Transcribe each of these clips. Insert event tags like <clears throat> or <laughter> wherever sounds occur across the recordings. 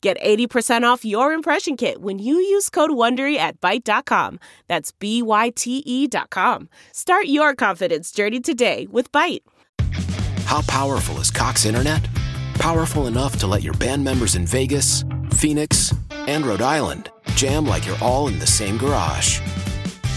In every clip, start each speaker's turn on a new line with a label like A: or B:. A: Get 80% off your impression kit when you use code WONDERY at Byte.com. That's B-Y-T-E E dot com. Start your confidence journey today with Byte.
B: How powerful is Cox Internet? Powerful enough to let your band members in Vegas, Phoenix, and Rhode Island jam like you're all in the same garage.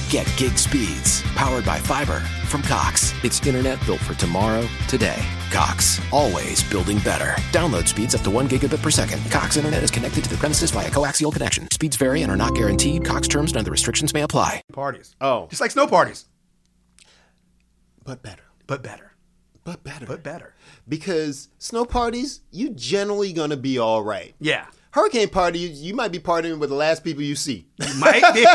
B: Get gig speeds powered by fiber from Cox. It's internet built for tomorrow, today. Cox, always building better. Download speeds up to one gigabit per second. Cox internet is connected to the premises via coaxial connection. Speeds vary and are not guaranteed. Cox terms and other restrictions may apply.
C: Parties.
D: Oh.
C: Just like snow parties,
D: But better.
C: but better.
D: But better.
C: But better.
D: Because snow parties, you generally gonna be all right.
C: Yeah.
D: Hurricane party, you, you might be partying with the last people you see.
C: <laughs>
D: <laughs>
C: Mike? <laughs>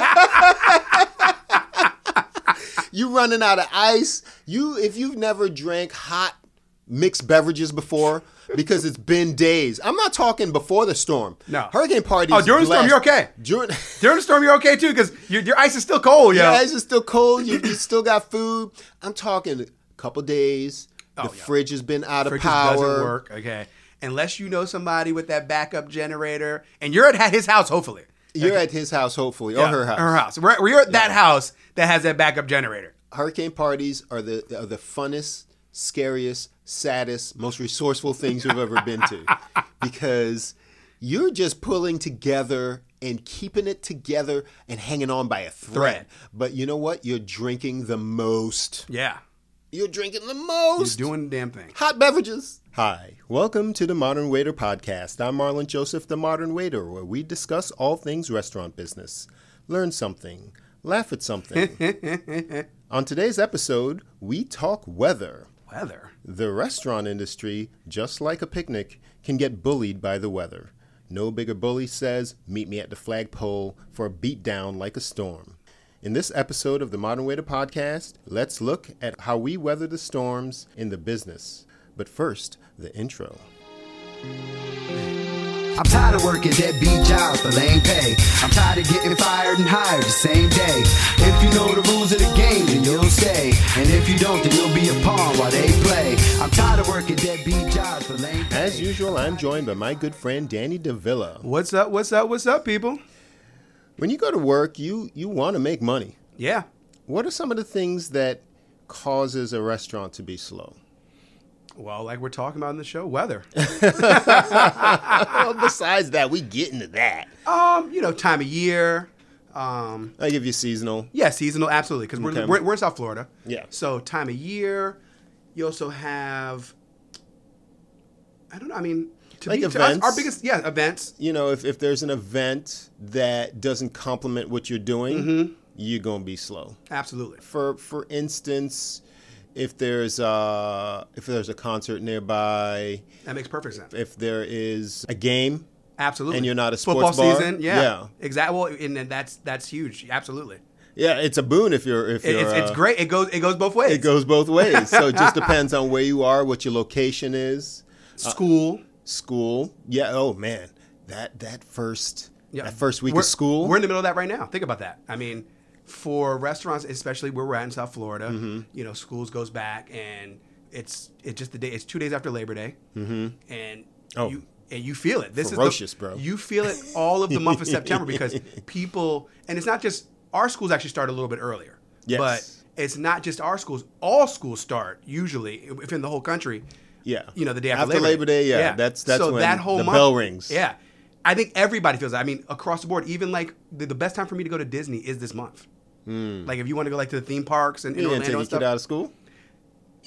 D: you running out of ice. You if you've never drank hot mixed beverages before because it's been days. I'm not talking before the storm.
C: No.
D: hurricane parties.
C: Oh, during the storm,
D: last-
C: you're okay. <laughs>
D: <laughs> During
C: During the storm, you're okay too because your, your ice is still cold, yo.
D: your ice is still cold. You, you still got food. I'm talking a couple days. the
C: Oh, yeah.
D: fridge has been out
C: Fridges
D: of power.
C: doesn't work. Okay. Unless you know somebody with that backup generator, and you're at his house, hopefully.
D: You're at his house, hopefully, or
C: Yeah,
D: her house.
C: Her house. We're, we're at that house that has that backup generator.
D: Hurricane parties are the are the funnest, scariest, saddest, most resourceful things you've ever been to, because you're just pulling together and keeping it together and hanging on by a
C: Thread.
D: thread. But you know what? You're drinking the most.
C: Yeah.
D: You're drinking the
C: He's
D: most.
C: doing the damn thing.
D: Hot beverages. Hi, welcome to the Modern Waiter Podcast. I'm Marlon Joseph, the Modern Waiter, where we discuss all things restaurant business, learn something, laugh at something. <laughs> On today's episode, we talk weather.
C: Weather.
D: The restaurant industry, just like a picnic, can get bullied by the weather. No bigger bully says, Meet me at the flagpole for a beatdown like a storm. In this episode of the Modern Waiter podcast, let's look at how we weather the storms in the business. But first, the intro.
E: I'm tired of working deadbeat jobs for lame pay. I'm tired of getting fired and hired the same day. If you know the rules of the game, then you'll stay. And if you don't, then you'll be a pawn while they play. I'm tired of working deadbeat jobs for lame pay.
D: As usual, I'm joined by my good friend Danny DeVilla.
C: What's up? What's up? What's up, people?
D: When you go to work, you, you want to make money.
C: Yeah.
D: What are some of the things that causes a restaurant to be slow? <laughs>
C: Well, like we're talking about in the show, weather.
D: well, besides that, we get into that.
C: um, you know, time of year. Um,
D: I give you seasonal.
C: yeah, seasonal, absolutely, because we're,
D: Okay.
C: we're we're in South Florida.
D: Yeah.
C: So time of year. You also have. I don't know. I mean, to
D: Like
C: be, to us, our
D: events.
C: biggest yeah events.
D: You know, if, if there's an event that doesn't complement what you're doing,
C: Mm-hmm.
D: you're gonna be slow.
C: Absolutely.
D: For for instance, if there's uh if there's a concert nearby,
C: That makes perfect sense.
D: if there is a game,
C: Absolutely.
D: And you're not a
C: football
D: sports bar?
C: season. Yeah.
D: Yeah.
C: Exactly. Well, and, and that's that's huge. Absolutely.
D: yeah, it's a boon if you're if
C: It,
D: you're.
C: it's, it's
D: uh,
C: great. It goes it goes both ways.
D: It goes both ways. So it
C: <laughs>
D: just depends on where you are, what your location is.
C: school.
D: school. Yeah. Oh man, that that first
C: Yeah.
D: that first week
C: We're-
D: of school.
C: We're in the middle of that right now. Think about that. I mean, for restaurants, especially where we're at in South Florida,
D: Mm-hmm.
C: you know, schools goes back and it's it's just the day. It's two days after Labor Day, mm-hmm. and
D: Oh.
C: you and you feel it. This is
D: Ferocious,
C: the,
D: bro.
C: You feel it all of the
D: <laughs>
C: month of September because people and it's not just our schools actually start a little bit earlier.
D: Yes.
C: But it's not just our schools. All schools start usually, if in the whole country,
D: yeah.
C: you know, the day after,
D: Labor, Day. yeah, that's that's
C: so
D: when
C: that whole
D: the
C: month-
D: bell rings.
C: Yeah, I think everybody feels. That. I mean, across the board, even like the, the best time for me to go to Disney is this month. Like if you want to go like to the theme parks and in
D: You didn't
C: Orlando
D: Hmm. take
C: and
D: a kid out
C: stuff.
D: of school.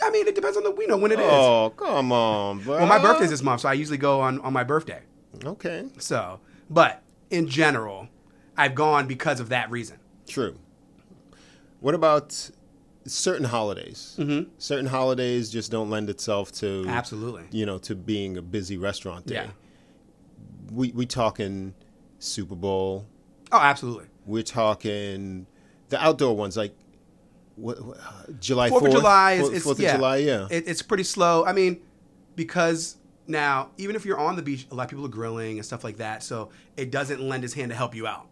C: I mean, it depends on the we know when it is.
D: Oh come on, bro.
C: Well, my birthday's this month, so I usually go on on my birthday.
D: okay.
C: So, but in general, I've gone because of that reason.
D: True. What about certain holidays? Mm-hmm. Certain holidays just don't lend itself to
C: Absolutely.
D: You know, to being a busy restaurant day.
C: Yeah.
D: We we talking Super Bowl,
C: Oh, absolutely.
D: We're talking the outdoor ones, like what, what, July
C: Fourth of July is, is
D: Fourth
C: yeah,
D: of July, yeah.
C: It, it's pretty slow. I mean, because now even if you're on the beach, a lot of people are grilling and stuff like that, so it doesn't lend its hand to help you out.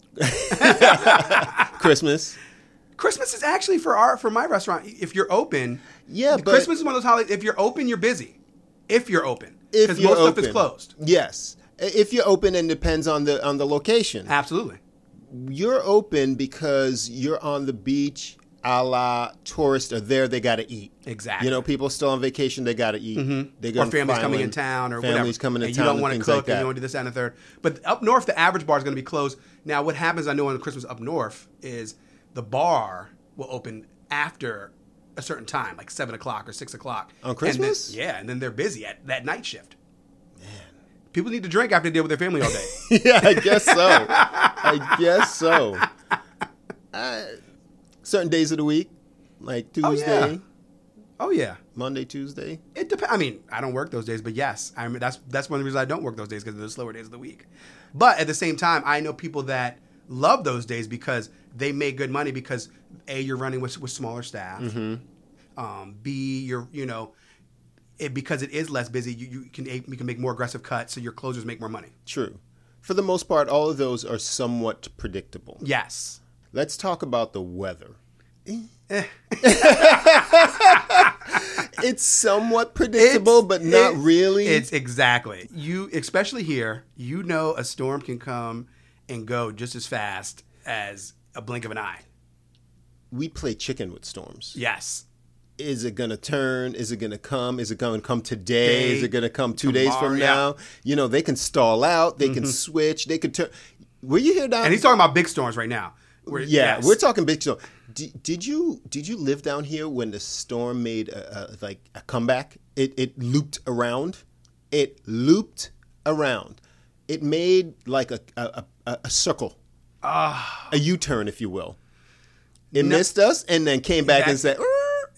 D: Christmas.
C: Christmas is actually for our for my restaurant. If you're open,
D: Yeah, but-
C: Christmas is one of those holidays. If you're open, you're busy. If you're open,
D: If
C: because
D: you're
C: most
D: open.
C: stuff is closed.
D: Yes, I- if you're open and depends on the on the location.
C: Absolutely.
D: You're open because you're on the beach. A la tourists are there, they got to eat.
C: Exactly. Mm-hmm.
D: You know, people still on vacation, they got to eat. They
C: or
D: gonna
C: families
D: find
C: coming
D: when
C: in town or
D: families
C: whatever.
D: coming in
C: and
D: town.
C: you don't
D: and
C: want to
D: things
C: cook
D: like that.
C: and you want to do this that, and the third. But up north, the average bar is going to be closed. Now, what happens? I know on Christmas up north is the bar will open after a certain time, like seven o'clock or six o'clock
D: On
C: And then-
D: Christmas?
C: yeah, and then they're busy at that night shift. Man, people need to drink after they deal with their family all day.
D: yeah, I guess so.
C: <laughs>
D: I guess so. Uh, certain days of the week, like <laughs> Tuesday,
C: Oh, yeah. oh yeah,
D: Monday, Tuesday.
C: it depends. I mean, I don't work those days, but yes, I mean that's that's one of the reasons I don't work those days because they're the slower days of the week. But at the same time, I know people that love those days because they make good money because a you're running with with smaller staff,
D: Mm-hmm.
C: um, b you're you know. It, because it is less busy, you, you can you can make more aggressive cuts, so your closers make more money.
D: True. For the most part, all of those are somewhat predictable.
C: Yes,
D: Let's talk about the weather.
C: Eh.
D: it's somewhat predictable,
C: It's-
D: but not
C: it-
D: really.
C: It's exactly you, especially here. You know, a storm can come and go just as fast as a blink of an eye.
D: we play chicken with storms.
C: Yes,
D: Is it gonna turn? Is it gonna come? Is it gonna come today?
C: Day,
D: Is it gonna come two days
C: tomorrow,
D: from
C: yeah. Mm-hmm.
D: now? You know, they can stall out. They can switch. They could turn. Were you here down?
C: and he's talking about big storms right now. We're-
D: yeah,
C: yes.
D: we're talking big storm. Did, did you did you live down here when the storm made a, a, like a comeback? It it looped around. It looped around. It made like a a, a, a circle,
C: Ah.
D: a U turn, if you will. It missed us and then came back and said,
C: That-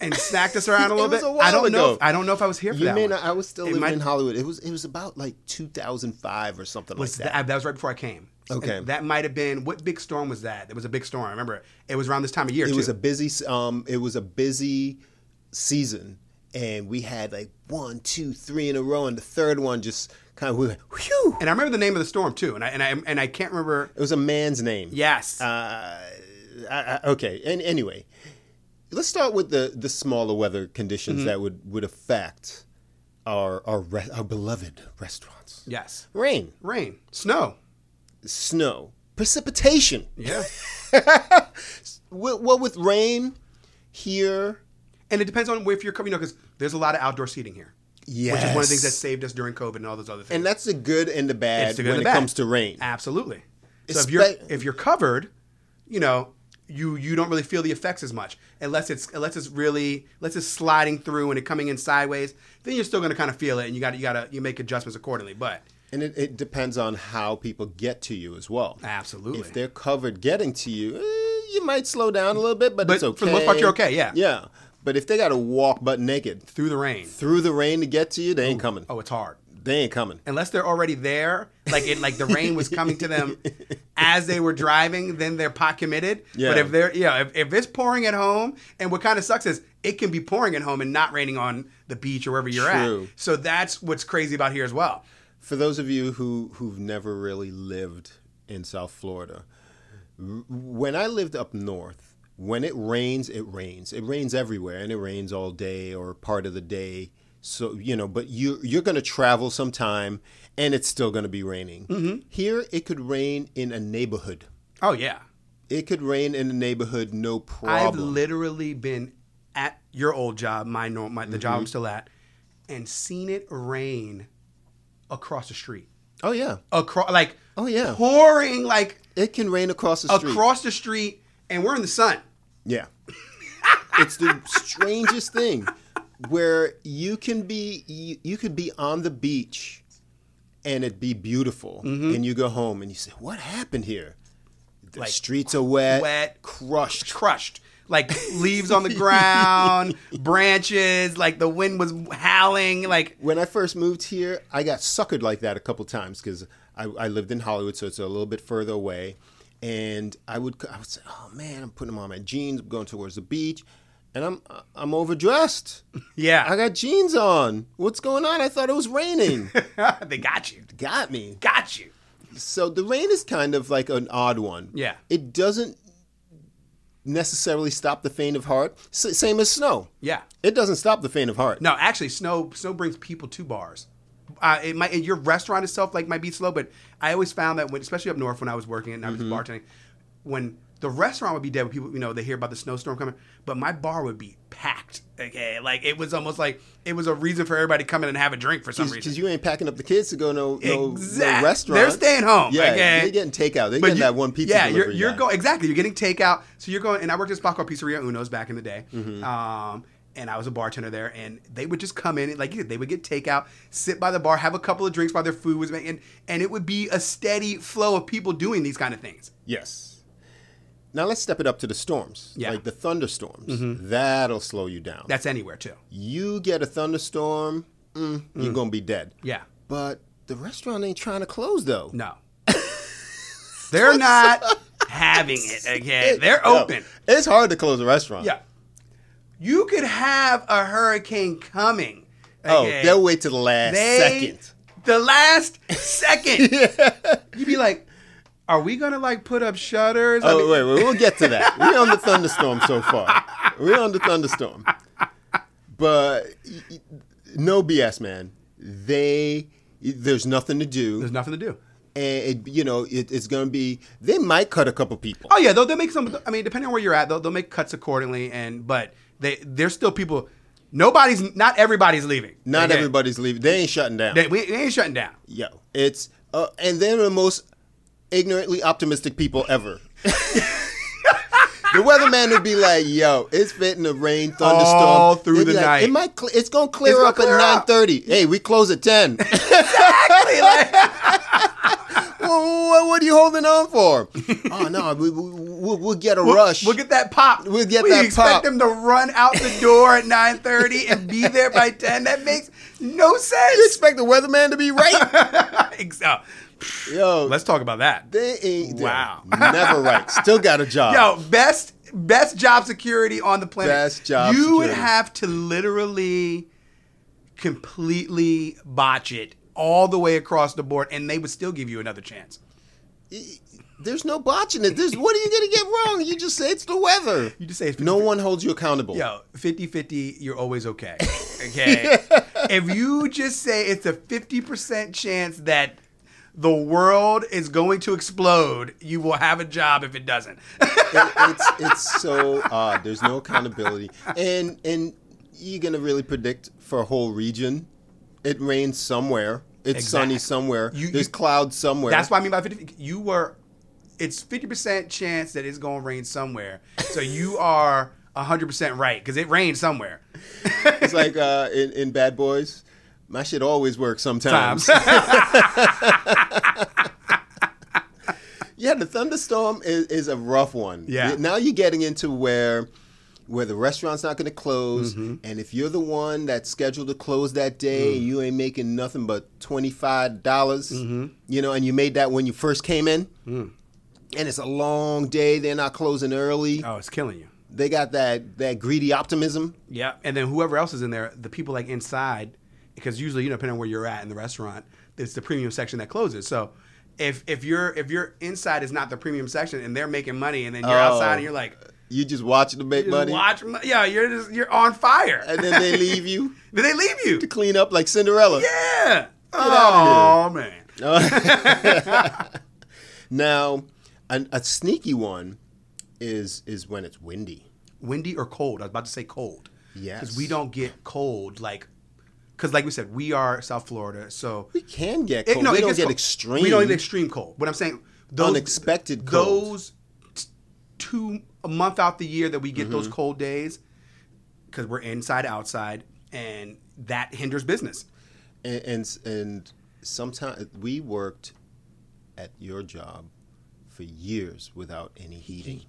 C: and snacked us around a
D: <laughs> It
C: little
D: was
C: bit.
D: a while
C: I don't know.
D: ago.
C: If, I don't know if I was here for
D: "You
C: that.
D: mean
C: one.
D: I was still
C: It
D: living
C: might-
D: in Hollywood? It was it was about like 2005 or something
C: Was
D: like that.
C: that. that was right before I came.
D: Okay.
C: And that might have been what big storm was that? It was a big storm. I remember it. It was around this time of year.
D: it
C: too.
D: was a busy um it was a busy season and we had like one two three in a row and the third one just kind of we went, whew
C: and I remember the name of the storm too. And I and I and I can't remember.
D: it was a man's name
C: Yes.
D: Uh, I, I, okay and anyway let's start with the the smaller weather conditions
C: Mm-hmm.
D: that would would affect our our re- our beloved restaurants
C: yes.
D: rain
C: Rain, snow.
D: snow precipitation <laughs>
C: Yeah.
D: what, what with rain here
C: And it depends on if you're coming, you know, because there's a lot of outdoor seating here,
D: yes.
C: which is one of the things that saved us during COVID and all those other things.
D: and that's the good and the bad
C: It's the good
D: when
C: and
D: it
C: the bad.
D: comes to rain
C: Absolutely. So
D: Espe-
C: if you're if you're covered, you know, you you don't really feel the effects as much unless it's unless it's really unless it's sliding through and it coming in sideways. Then you're still going to kind of feel it, and you got to you got to you make adjustments accordingly. But
D: And it, it depends on how people get to you as well.
C: Absolutely.
D: If they're covered getting to you, eh, you might slow down a little bit, but,
C: But
D: it's okay.
C: for the most part, you're okay, yeah.
D: Yeah. But if they got to walk butt naked
C: through the rain,
D: through the rain to get to you, they ain't coming.
C: oh, it's hard.
D: They ain't coming.
C: Unless they're already there, like it, like the rain was coming to them as they were driving, then they're pot committed.
D: Yeah.
C: But if they're, yeah, if, if it's pouring at home, and what kind of sucks is it can be pouring at home and not raining on the beach or wherever you're
D: True.
C: at. So that's what's crazy about here as well.
D: For those of you who, who've never really lived in South Florida, r- when I lived up north, when it rains, it rains. It rains everywhere, and it rains all day or part of the day. So you know, but you you're going to travel sometime, and it's still going to be raining. Here, it could rain in a neighborhood.
C: Oh yeah,
D: It could rain in a neighborhood, no
C: I've
D: problem.
C: literally been at your old job, my norm, my, the job
D: Mm-hmm.
C: I'm still at, and seen it rain across the street,
D: oh yeah,
C: across like
D: Oh, yeah.
C: pouring like
D: it can rain across the street.
C: across the street, and we're in the sun.
D: Yeah. <laughs> it's the strangest thing where you can be you, you could be on the beach and it be beautiful and you go home and you say what happened here? The
C: Like,
D: streets are wet,
C: wet,
D: crushed.
C: Eh. crushed. Like leaves on the ground, branches, like the wind was howling, like
D: When I first moved here, I got suckered like that a couple times because I, I lived in Hollywood, so it's a little bit further away. and I would I would say, "Oh man, I'm putting on my jeans, I'm going towards the beach, and I'm I'm overdressed. I
C: Yeah,
D: got jeans on. What's going on? I thought it was raining.
C: <laughs> they got you.
D: got me.
C: Got you.
D: So the rain is kind of like an odd one.
C: Yeah.
D: It doesn't necessarily stop the faint of heart. S- same as snow.
C: Yeah.
D: It doesn't stop the faint of heart.
C: No, actually, snow snow brings people to bars. Uh, it might your restaurant itself like might be slow, but I always found that when, especially up north, when I was working and I was bartending, when the restaurant would be dead, when people you know they hear about the snowstorm coming, but my bar would be packed. Okay, like it was almost like it was a reason for everybody to come in and have a drink for some reason.
D: Because you ain't packing up the kids to go no, no,
C: Exact-
D: no restaurant.
C: They're staying home.
D: Yeah,
C: okay?
D: they're getting takeout. They're getting
C: you-
D: that one pizza.
C: Yeah, you're,
D: delivery
C: you're
D: guy.
C: going exactly. You're getting takeout, so you're going. And I worked at a spot called Pizzeria Uno's back in the day,
D: Mm-hmm.
C: um, and I was a bartender there. And they would just come in, and like you said, they would get takeout, sit by the bar, have a couple of drinks while their food was made, and, and it would be a steady flow of people doing these kind of things.
D: Yes. Now let's step it up to the storms.
C: Yeah. Mm-hmm.
D: Like the thunderstorms. That'll slow you down.
C: That's anywhere too.
D: you get a thunderstorm, mm, you're going to be dead.
C: Yeah,
D: But the restaurant ain't trying to close though.
C: no, they're
D: <laughs>
C: not having it. Okay, they're
D: No.
C: open.
D: It's hard to close a restaurant.
C: Yeah. You could have a hurricane coming.
D: Oh,
C: okay?
D: they'll wait till the last
C: They-
D: second.
C: The last
D: <laughs>
C: second. You'd be like, are we going to like put up shutters? I
D: Oh,
C: mean,
D: wait, wait, we'll get to that. We're on the thunderstorm
C: <laughs>
D: so far. We're on the thunderstorm. But y- y- no BS, man. They, there's nothing to do.
C: There's nothing to do.
D: And, it, you know, it, it's going to be, they might cut a couple people.
C: Oh yeah, they'll, they'll make some. I mean, depending on where you're at, they'll, they'll make cuts accordingly. And but they there's still people. Nobody's not everybody's leaving.
D: Not
C: Okay?
D: everybody's leaving. They ain't shutting down.
C: They, we, they ain't shutting down.
D: Yo, it's, uh, and they're the most ignorantly optimistic people ever. <laughs> The weatherman would be like, "Yo, it's fitting to rain, thunderstorm
C: All through
D: They'd be
C: the
D: like,
C: night.
D: It might, cle it's gonna clear
C: gonna
D: up
C: clear
D: at
C: up.
D: 9:30. Hey, we close
C: <laughs>
D: at 10. Well, what, what are you holding on for? oh no, we, we, we'll, we'll get a rush.
C: We'll get that pop.
D: We'll get
C: we
D: that
C: expect
D: pop.
C: them to run out the door at 9:30 and be there by 10. That makes no <laughs>
D: you
C: sense.
D: expect the weatherman to be right?
C: Ex- oh,
D: <laughs> Yo,
C: Let's talk about that.
D: they ain't. they're
C: Wow.
D: never right. Still got a job.
C: Yo, best best job security on the planet.
D: Best job
C: You would
D: security.
C: have to literally completely botch it all the way across the board, and they would still give you another chance.
D: There's no botching it. There's what are you gonna get wrong? You just say it's the weather.
C: You just say it's
D: no one holds you accountable.
C: Yo, 50-50, you're always
D: <laughs>
C: okay. Okay. If you just say it's a 50% chance that the world is going to explode, you will have a job if it doesn't. <laughs>
D: it, it's it's so odd. There's no accountability, and and you're gonna really predict for a whole region. It rains somewhere. It's sunny
C: Exact-
D: somewhere.
C: You-
D: There's
C: you-
D: clouds somewhere.
C: That's what I mean by 50. You were, it's 50% chance that it's going to rain somewhere. So
D: <laughs>
C: you are 100% right because it rained somewhere.
D: it's like uh, in in Bad Boys. My shit always works sometimes.
C: Times.
D: <laughs> yeah, the thunderstorm is, is a rough one.
C: Yeah.
D: Now you're getting into where where the restaurant's not going to close,
C: Mm-hmm.
D: and if you're the one that's scheduled to close that
C: Mm.
D: day, you ain't making nothing but twenty five dollars.
C: Mm-hmm.
D: You know, and you made that when you first came in.
C: Mm.
D: And it's a long day. They're not closing early.
C: oh, it's killing you.
D: They got that that greedy optimism.
C: Yeah. And then whoever else is in there, the people like inside, because usually, you know, depending on where you're at in the restaurant, it's the premium section that closes. So if, if you're if your inside is not the premium section and they're making money and then you're outside and you're like
D: You just watch it to Oh. make money,
C: watch mo- yeah you're just you're on fire
D: and
C: <laughs>
D: then they leave you
C: then they leave you
D: <laughs> to clean up like Cinderella.
C: yeah
D: out
C: oh man
D: Now, an, a sneaky one is is when it's windy.
C: windy or cold. I was about to say cold.
D: Yes.
C: Because we don't get cold like, because like we said, we are South Florida, so
D: We can get cold.
C: It- no,
D: we
C: it
D: don't
C: gets
D: get
C: cold.
D: extreme.
C: We don't get extreme cold. But I'm saying those,
D: Unexpected cold.
C: Those t- two a month out the year that we get
D: Mm-hmm.
C: those cold days, because we're inside outside, and that hinders business.
D: and and, and sometimes we worked at your job for years without any heating.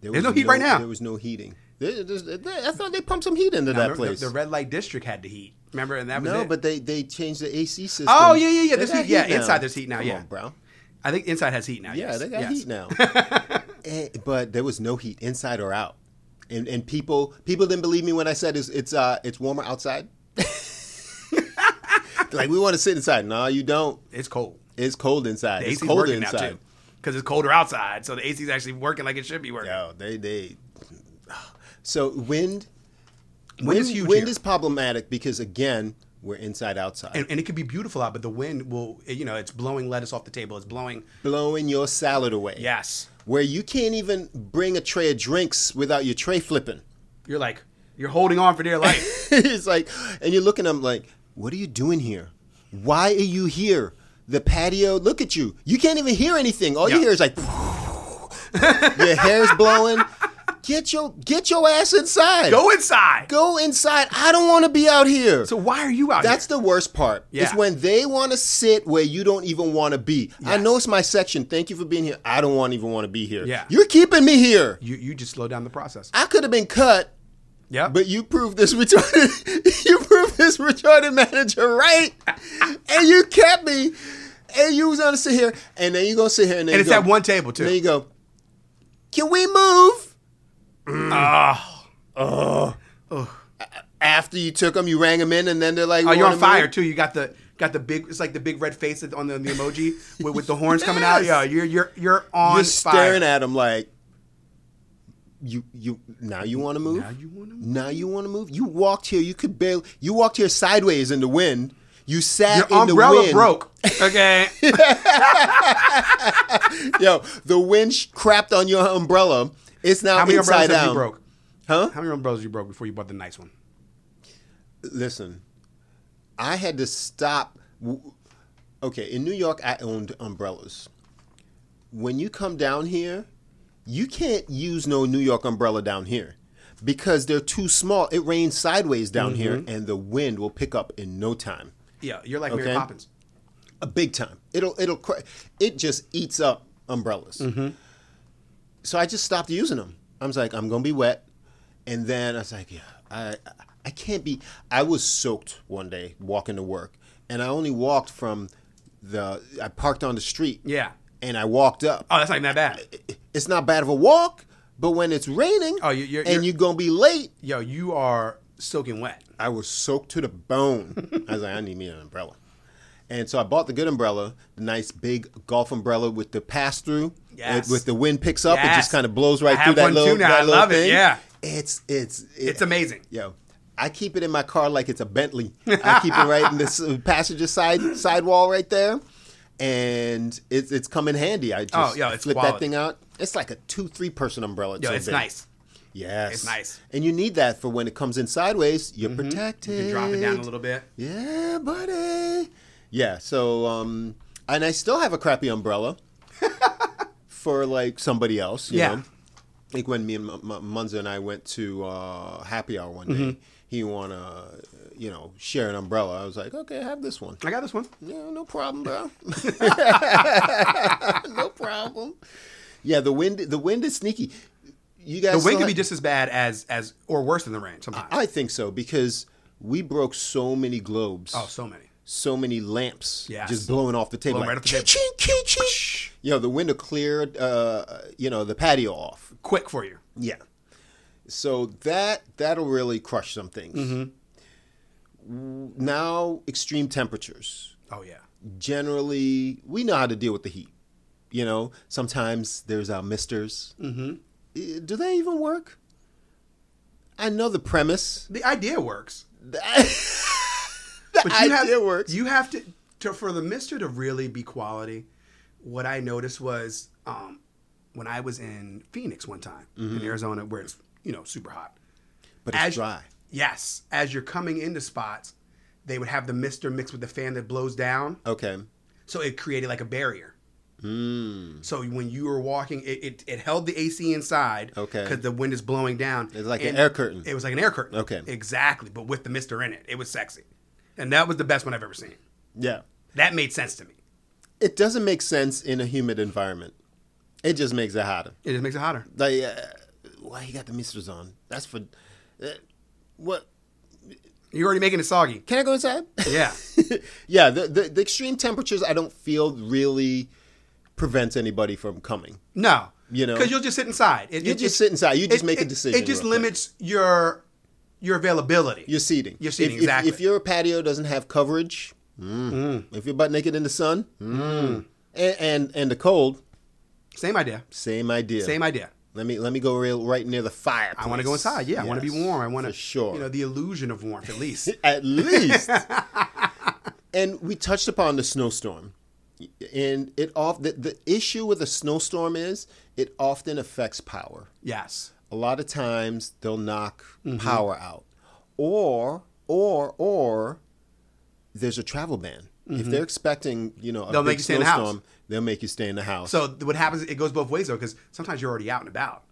D: There
C: There's no
D: was
C: heat right now.
D: There was no heating. There- there's- there- I thought they pumped some heat into that
C: Remember,
D: place.
C: The, the red light district had the heat. Remember, and that was
D: no,
C: it.
D: but they, they changed the AC system.
C: Oh, yeah, yeah, yeah,
D: They
C: there's
D: got
C: heat- yeah,
D: now.
C: inside there's heat now,
D: Come
C: yeah.
D: on, bro.
C: I think Inside has heat now.
D: Yeah,
C: yes.
D: they got
C: Yes.
D: heat now. <laughs> Eh, but there was no heat inside or out, and and people people didn't believe me when I said it's it's uh it's warmer <laughs> outside. like we want to sit inside. No, you don't.
C: It's cold.
D: It's cold inside.
C: The
D: it's
C: AC's
D: colder
C: working now
D: inside.
C: too, because it's colder outside. So the AC's actually working like it should be working.
D: Yo, they they. So wind
C: Wind is huge
D: Wind
C: here.
D: is problematic because again we're inside outside.
C: and, and it could be beautiful out, but the wind will, you know, it's blowing lettuce off the table. It's blowing.
D: blowing your salad away.
C: Yes.
D: Where you can't even bring a tray of drinks without your tray flipping.
C: You're like, you're holding on for dear
D: <laughs>
C: life.
D: it's like, and you're looking at them like, what are you doing here? Why are you here? The patio, look at you. You can't even hear anything. All you
C: Yeah.
D: hear is like, <laughs> your hair's blowing. Get your get your ass inside.
C: Go inside.
D: Go inside. I don't want to be out here.
C: So why are you out
D: That's
C: here?
D: the worst part. It's
C: Yeah.
D: when they want to sit where you don't even want to be. I know it's my section. Thank you for being here. I don't want even want to be here.
C: Yeah.
D: You're keeping me here.
C: you you just slow down the process.
D: I could have been cut,
C: Yeah.
D: but you proved this retarded <laughs> you proved this retarded manager right. and you kept me. And you was gonna sit here. And then you gonna sit here and then
C: and
D: you
C: it's
D: go-
C: that one table too.
D: And then you go, Can we move?
C: Mm.
D: Ah. After you took them, you rang them in, and then they're like,
C: Oh,
D: "We
C: you're
D: wanna
C: on fire
D: move."
C: too. You got the got the big. It's like the big red face on the, on the emoji with, with the horns coming out.
D: <laughs> Yes.
C: Yeah, you're you're you're on.
D: You're staring
C: fire.
D: at him like, you you now you want to move?
C: Now you wanna move?
D: Now you want to move? You walked here. You could barely. You walked here sideways in the wind. You sat
C: Your
D: in the
C: umbrella
D: wind.
C: broke.
D: <laughs>
C: Okay.
D: Yo, the wind sh- crapped on your umbrella. It's now
C: How many
D: inside
C: umbrellas have
D: out.
C: you broke?
D: Huh?
C: How many umbrellas you broke before you bought the nice one?
D: Listen, I had to stop. w- Okay, in New York, I owned umbrellas. When you come down here, you can't use no New York umbrella down here because they're too small. It rains sideways down here, and the wind will pick up in no time,
C: Yeah, you're like
D: Okay.
C: Mary Poppins.
D: a big time. It'll it'll cra- it just eats up umbrellas.
C: Mm-hmm.
D: So I just stopped using them. I was like, I'm gonna be wet, and then I was like, yeah, I I can't be. I was soaked one day walking to work, and I only walked from the. I parked on the street.
C: Yeah.
D: and I walked up.
C: Oh, that's not even that bad.
D: It's not bad of a walk, but when it's raining,
C: Oh, you- you're-
D: and
C: you're-
D: you're gonna be late.
C: Yo, you are soaking wet.
D: I was soaked to the bone. I was like, I need me an umbrella. And so I bought the good umbrella, the nice big golf umbrella with the pass through.
C: Yes.
D: With the wind picks up, it just
C: Yes.
D: kind of blows right
C: I
D: through
C: have
D: that
C: one
D: little,
C: too now.
D: that
C: I
D: little
C: love it.
D: thing.
C: Yeah.
D: It's it's
C: It's amazing.
D: Yo, I keep it in my car like it's a Bentley. I keep it right in this uh, passenger side sidewall right there, and it's it's come in handy. I
C: Oh,
D: just
C: yo, it's
D: flip that
C: quality.
D: thing out. It's like a two three person umbrella.
C: Yo,
D: so
C: it's
D: big.
C: nice.
D: Yes,
C: It's nice. Mm-hmm.
D: and you need that for when it comes in sideways. You're protected.
C: You can drop it down a little bit.
D: Yeah, buddy. Yeah, so um and I still have a crappy umbrella <laughs> for like somebody else, you
C: Yeah.
D: know. Like when me and M- M- Munza and I went to uh happy hour one day,
C: Mm-hmm.
D: he want to you know, share an umbrella. I was like, "Okay, have this one."
C: I got this one.
D: Yeah, no problem,
C: <laughs>
D: bro. <laughs> no problem. Yeah, the wind the wind is sneaky. You guys
C: The wind
D: still
C: can
D: ha-
C: be just as bad as as or worse than the rain sometimes.
D: I think so because we broke so many globes
C: oh, so many.
D: so many lamps
C: Yes.
D: just blowing off the table.
C: Blowing
D: like,
C: right off the table.
D: "Ching, ching, ching, ching." You know, the window cleared, uh, you know, the patio off.
C: Quick for you.
D: Yeah. So that that'll really crush some things.
C: Mm-hmm.
D: W- Now extreme temperatures.
C: Oh yeah.
D: Generally, we know how to deal with the heat. You know, sometimes there's our misters. Mm-hmm. Do they even work? I know the premise.
C: The idea works.
D: <laughs> The
C: But you
D: idea
C: have,
D: works.
C: You have to, to for the mister to really be quality. What I noticed was um, when I was in Phoenix one time in Arizona, where it's you know super hot.
D: but Mm-hmm. it's
C: as-
D: dry.
C: Yes, as you're coming into spots, they would have the mister mixed with the fan that blows down,
D: Okay.
C: so it created like a barrier. Mm. So when you were walking, it, it, it held the AC inside,
D: Okay.
C: because the wind is blowing down. It's
D: like an air curtain.
C: It was like an air curtain.
D: Okay.
C: exactly, but with the mister in it, it was sexy, and that was the best one I've ever seen.
D: Yeah.
C: That made sense to me.
D: it doesn't make sense in a humid environment. It just makes it hotter.
C: It just makes it hotter.
D: Like, uh, why he got the misters on? That's for uh, what?
C: You're already making it soggy.
D: Can I go inside? <laughs>
C: Yeah.
D: yeah, the, the the extreme temperatures I don't feel really prevents anybody from coming.
C: No,
D: You know?
C: because you'll just sit inside. It-
D: You
C: it-
D: just
C: it-
D: sit inside. You just
C: it-
D: make a
C: it-
D: decision.
C: It just
D: real quick.
C: limits your your availability.
D: your seating.
C: Your seating,
D: If- if,
C: exactly.
D: If, your patio doesn't have coverage, mm. if you're butt naked in the sun, mm. and, and and the cold,
C: Same idea.
D: same idea.
C: Same idea.
D: Let me let me go real right near the fire.
C: I want to go inside. Yeah, I want to be warm. I want to,
D: sure.
C: you know, the illusion of warmth at
D: <laughs>
C: least.
D: at least. <laughs> and we touched upon the snowstorm, and it off the, the issue with a snowstorm is it often affects power.
C: yes.
D: A lot of times they'll knock
C: Mm-hmm.
D: power out, or or or there's a travel ban. If they're expecting, you know, a
C: Mm-hmm. They'll
D: big
C: make you stay in the house.
D: snowstorm, They'll make you stay in the house.
C: So th- what happens? It goes both ways though, because sometimes you're already out and about,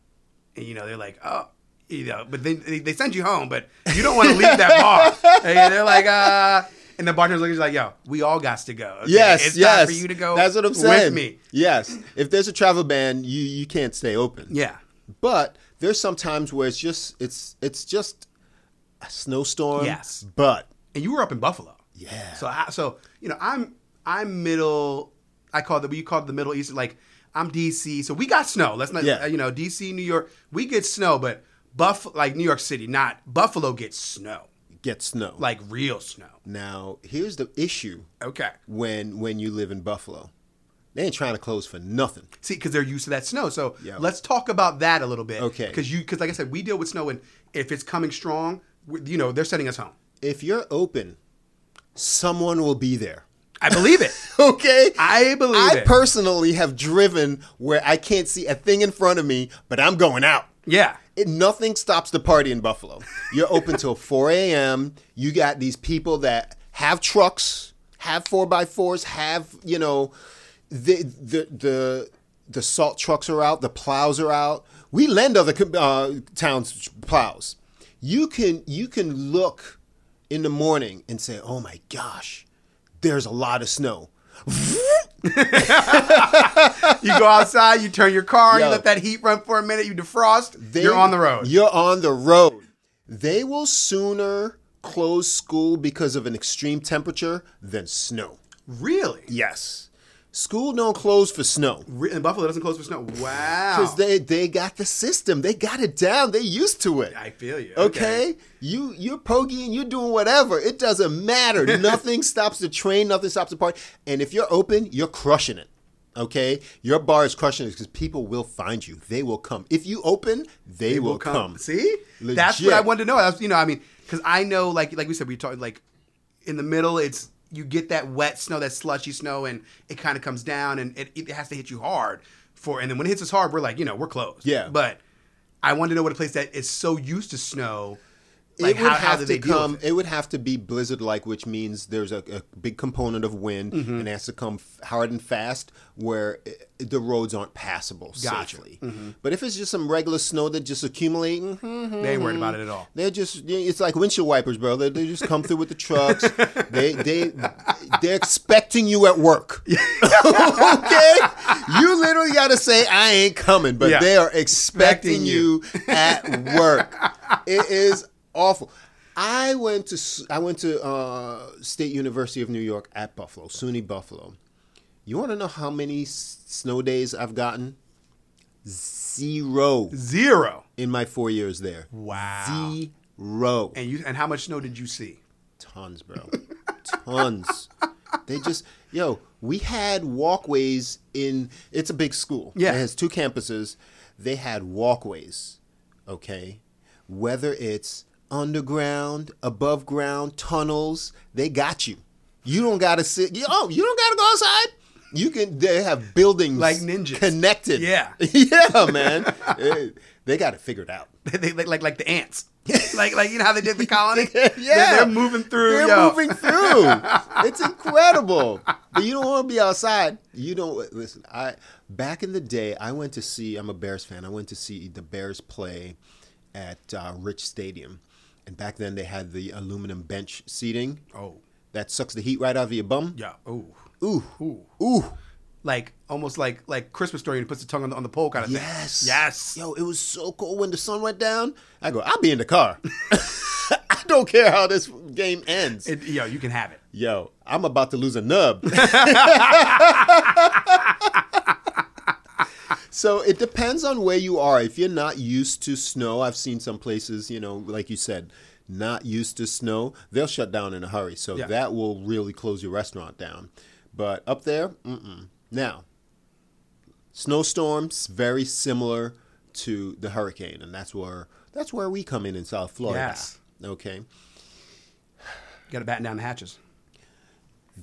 C: and you know they're like, oh, you know, but they they, they send you home, but you don't want to leave that
D: <laughs>
C: bar. And they're like, uh, and the bartender's looking like, yo, we all got to go. okay?
D: yes,
C: it's
D: yes.
C: time for you to go.
D: That's what I'm
C: With
D: saying.
C: me,
D: Yes. If there's a travel ban, you you can't stay open.
C: yeah.
D: But there's some times where it's just it's it's just a snowstorm.
C: Yes.
D: But
C: And you were up in Buffalo.
D: Yeah.
C: So I, so you know I'm I'm middle. I call the we call it the Middle East. Like I'm DC. So we got snow. Let's not.
D: Yeah.
C: You know DC, New York. We get snow, but Buff like New York City, not Buffalo gets snow.
D: get snow.
C: Like real snow.
D: now, here's the issue
C: Okay.
D: when when you live in Buffalo. They ain't trying to close for nothing.
C: See, because they're used to that snow. So
D: Yeah.
C: let's talk about that a little bit.
D: Okay.
C: Because you, because like I said, we deal with snow, and if it's coming strong, we- you know they're sending us home.
D: If you're open, someone will be there. <laughs>
C: I believe it.
D: Okay?
C: I believe
D: I
C: it.
D: personally have driven where I can't see a thing in front of me, but I'm going out.
C: yeah.
D: It, nothing stops the party in Buffalo. You're open till 4 a.m. You got these people that have trucks, have 4x4s, have, you know, the, the, the, the salt trucks are out, the plows are out. We lend other com- uh, towns plows. You can, you can look in the morning and say, oh my gosh, there's a lot of snow.
C: You go outside, you turn your car,
D: Yo.
C: you let that heat run for a minute, you defrost,
D: They-
C: you're on the road.
D: You're on the road. They will sooner close school because of an extreme temperature than snow.
C: Really?
D: Yes. School don't close for snow.
C: Re- And Buffalo doesn't close for snow. Wow.
D: Because they, they got the system. They got it down. They used to it.
C: I feel you.
D: Okay? You you're pogieing, you're doing whatever. It doesn't matter. nothing stops the train, nothing stops the party. And if you're open, you're crushing it. Okay? Your bar is crushing it because people will find you. They will come. If you open, they, will,
C: will
D: come.
C: See, that's what I
D: Legit.
C: wanted to know. That's you know, I mean, because I know, like, like we said, we talked like in the middle. It's you get that wet snow, that slushy snow, and it kind of comes down, and it, it has to hit you hard for. And then when it hits us hard, we're like, you know, we're closed.
D: Yeah.
C: But I wanted to know what a place that is so used to snow.
D: it would have to come. It? would have to be blizzard-like, which means there's a, a big component of wind and it has to come f- hard and fast, where i the roads aren't passable
C: Gotcha.
D: safely. But if it's just some regular snow that just accumulating,
C: They ain't worried
D: Mm-hmm.
C: about it at all.
D: they're just it's like windshield wipers, bro. They, they just come through with the trucks. They they they're expecting you at work. <laughs> okay, you literally got to say I ain't coming, but
C: Yeah.
D: they are expecting,
C: Expecting
D: you
C: you. <laughs>
D: at work. it is awful. I went to s- I went to uh, State University of New York at Buffalo, SUNY Buffalo. You want to know how many s- snow days I've gotten? Zero
C: Zero.
D: in my four years there.
C: Wow.
D: Zero.
C: And you and how much snow did you see?
D: Tons, bro. Tons. They just, yo, we had walkways in, it's a big school.
C: Yeah.
D: It has two campuses. They had walkways, okay? Whether it's underground, above ground, tunnels, they got you. You don't got to sit, you, oh, you don't got to go outside? You can, they have buildings
C: Like ninjas.
D: connected.
C: Yeah.
D: <laughs> yeah, man. <laughs> Eh, they got it figured out.
C: <laughs> they, they, like like the
D: <laughs>
C: ants. like like you know how they did the colony?
D: Yeah,
C: They're, they're moving through.
D: They're
C: yo. <laughs>
D: moving through. it's incredible. But you don't want to be outside. You don't listen. I back in the day, I went to see. I'm a Bears fan. I went to see the Bears play at uh, Rich Stadium, and back then they had the aluminum bench seating.
C: Oh.
D: that sucks the heat right out of your bum.
C: Yeah. Ooh.
D: Ooh,
C: Ooh.
D: ooh.
C: Like almost like like Christmas story and puts the tongue on the, on the pole kind of
D: Yes.
C: thing. Yes.
D: Yo, it was so cold when the sun went down. I go, I'll be in the car. <laughs> I don't care how this game ends.
C: It, yo, you can have it. <laughs>
D: Yo, I'm about to lose a nub. So it depends on where you are. If you're not used to snow, I've seen some places, you know, like you said, not used to snow, they'll shut down in a hurry. So
C: Yeah.
D: that will really close your restaurant down. But up there, mm-mm. now, snowstorms very similar to the hurricane, and that's where that's where we come in in South Florida.
C: Yes.
D: Okay.
C: Got to batten down the hatches.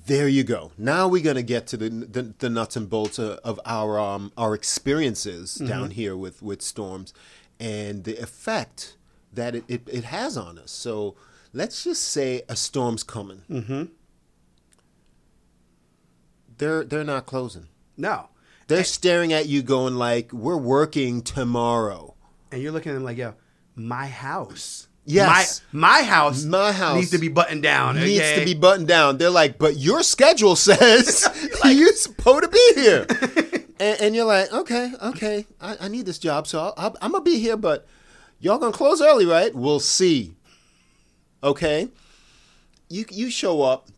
D: There you go. Now we're gonna get to the the, the nuts and bolts of, of our um, our experiences down here with with storms, and the effect that it, it, it has on us. So let's just say a storm's coming. Mm-hmm. They're they're not closing.
C: No.
D: They're staring at you, going like, "We're working tomorrow."
C: And you're looking at them like, yo, my house.
D: Yes.
C: My, my house.
D: My house
C: Needs to be buttoned down.
D: Needs
C: okay?
D: to be buttoned down. They're like, but your schedule
C: <laughs>
D: says <laughs> you're supposed to be here. and, and you're like, okay, okay, I, I need this job, so I'll, I'll, I'm going to be here, but y'all going to close early, right? We'll see. Okay? You, you show up,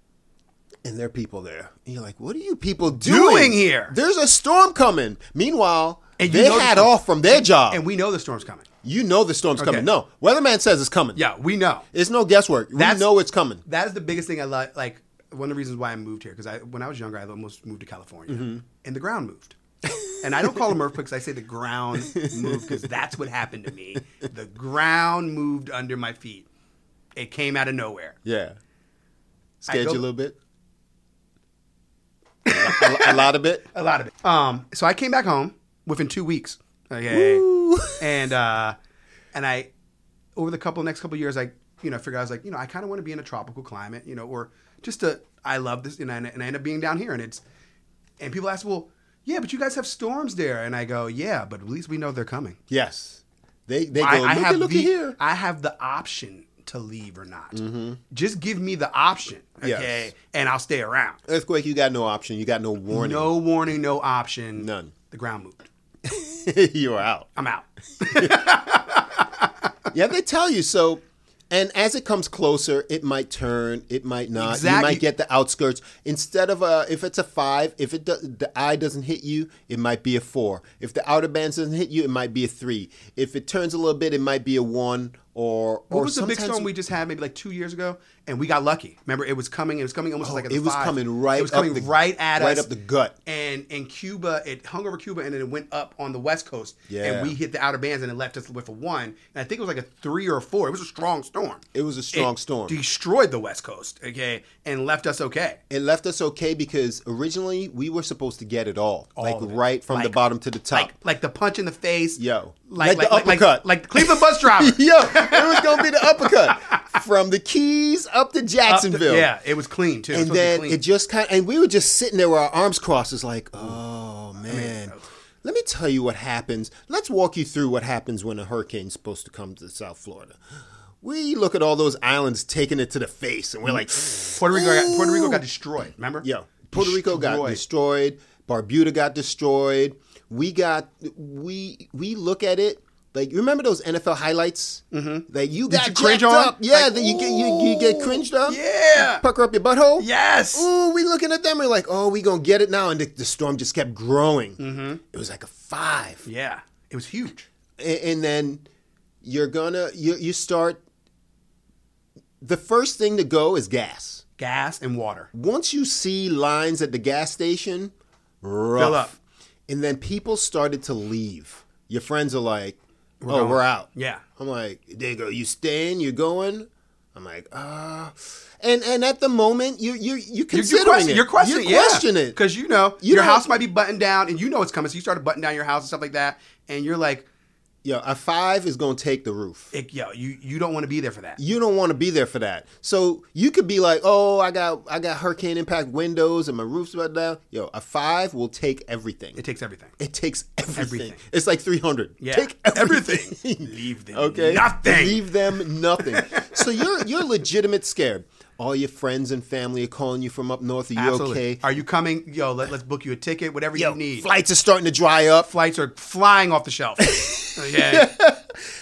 D: and there are people there. And you're like, what are you people doing,
C: Doing here?
D: There's a storm coming. Meanwhile,
C: And you
D: they
C: know the
D: had
C: storm-
D: off from their job.
C: And we know the storm's coming.
D: you know the storm's
C: Okay.
D: coming. No, weatherman says it's coming.
C: Yeah, we know.
D: It's no guesswork.
C: That's-
D: we know it's coming.
C: That is the biggest thing I like. Like one of the reasons why I moved here because I, when I was younger, I almost moved to California, and the ground moved. and I don't call them earthquakes. I say the ground moved because that's what happened to me. The ground moved under my feet. It came out of nowhere.
D: Yeah.
C: I
D: Scared
C: go-
D: you a little bit? <laughs> a, lo- a lot of it?
C: A lot of it. Um, so I came back home within two weeks. Okay. And uh, and I over the couple next couple years, I you know figured I was like you know I kind of want to be in a tropical climate, you know, or just a I love this, and I, and I end up being down here, and it's and people ask, well, yeah, but you guys have storms there, and I go, yeah, but at least we know they're coming.
D: Yes. They they go,
C: I,
D: look,
C: I have
D: look
C: the
D: here. Mm-hmm.
C: I have the option to leave or not. Just give me the option,
D: Yes.
C: okay, and I'll stay around.
D: Earthquake, you got no option. You got no warning.
C: No warning, no option,
D: None.
C: The ground moved.
D: <laughs> You're out.
C: I'm out.
D: Yeah, they tell you so. And as it comes closer, it might turn, it might not. You
C: Exactly.
D: might get the outskirts. Instead of a, if it's a five, if it do, the eye doesn't hit you, it might be a four. If the outer bands doesn't hit you, it might be a three. If it turns a little bit, it might be a one or or
C: What was the big
D: sometimes-
C: storm we just had maybe like two years ago? And we got lucky. Remember, it was coming. It was coming almost like at the
D: Oh, it was
C: five.
D: coming right
C: It was
D: up
C: coming
D: the-
C: right at
D: right
C: us,
D: up the gut.
C: And in Cuba, it hung over Cuba, and then it went up on the west coast.
D: Yeah.
C: And we hit the outer bands, and it left us with a one. And I think it was like a three or a four. It was a strong storm.
D: It was a strong storm.
C: Destroyed the west coast, okay, and left us okay.
D: it left us okay because originally we were supposed to get it all, like
C: of it.
D: right from the
C: Like-
D: bottom to the top.
C: Like like the punch in the face.
D: Yo.
C: Like,
D: Like
C: like,
D: the
C: like, like,
D: uppercut.
C: like the Cleveland
D: <laughs>
C: bus driver.
D: Yo, it was gonna be
C: <laughs>
D: the uppercut from the Keys up to
C: Up the-
D: Jacksonville.
C: Yeah, it was clean too. It was supposed
D: and
C: to be
D: then
C: clean.
D: it just kind and we were just sitting there with our arms crossed. It's like, oh man. Let me tell you what happens. Let's walk you through what happens when a hurricane's supposed to come to South Florida. We look at all those islands taking it to the face, and we're like,
C: Puerto Rico got, Puerto Rico
D: "Ooh."
C: got destroyed. Remember?
D: Yeah, Puerto Rico got destroyed. Barbuda got destroyed. We got we we look at it like you remember those NFL highlights mm-hmm. that you got
C: you cringe
D: jacked
C: on?
D: up. Yeah,
C: Like,
D: that you get you, you get cringed up.
C: Yeah.
D: pucker up your butthole.
C: Yes.
D: Ooh, we looking at them. We're like, oh, we gonna get it now, and the, the storm just kept growing. Mm-hmm. It was like a five.
C: Yeah, it was huge.
D: and, and then you're gonna you you start. The first thing to go is gas.
C: Gas and water.
D: once you see lines at the gas station, rough.
C: up.
D: And then people started to leave. Your friends are like, "Oh,
C: going."
D: we're out."
C: Yeah.
D: I'm like, "They go, you staying? You going?" I'm like, "Ah." and and at the moment, you you you
C: You're,
D: considering
C: question-
D: it.
C: you're questioning,
D: you question it
C: because you know
D: You
C: your
D: don't-
C: house might be buttoned down, and you know it's coming. So you start to button down your house and stuff like that, and you're like,
D: Yo, a five is gonna take the roof.
C: it, "Yo, you you don't want to be there for that."
D: you don't want to be there for that. So you could be like, "Oh, I got I got hurricane impact windows and my roof's about down." Yo, a five will take everything.
C: It takes everything.
D: It takes everything.
C: Everything.
D: It's like 300.
C: Yeah,
D: Take everything.
C: <laughs> Leave them.
D: okay?
C: nothing.
D: Leave
C: <laughs>
D: them nothing. so you're you're legitimate scared. All your friends and family are calling you from up north. Are you
C: Absolutely.
D: okay?
C: Are you coming? Yo, let, let's book you a ticket. Whatever you need.
D: Flights are starting to dry up. <laughs>
C: Flights are flying off the shelf. yeah.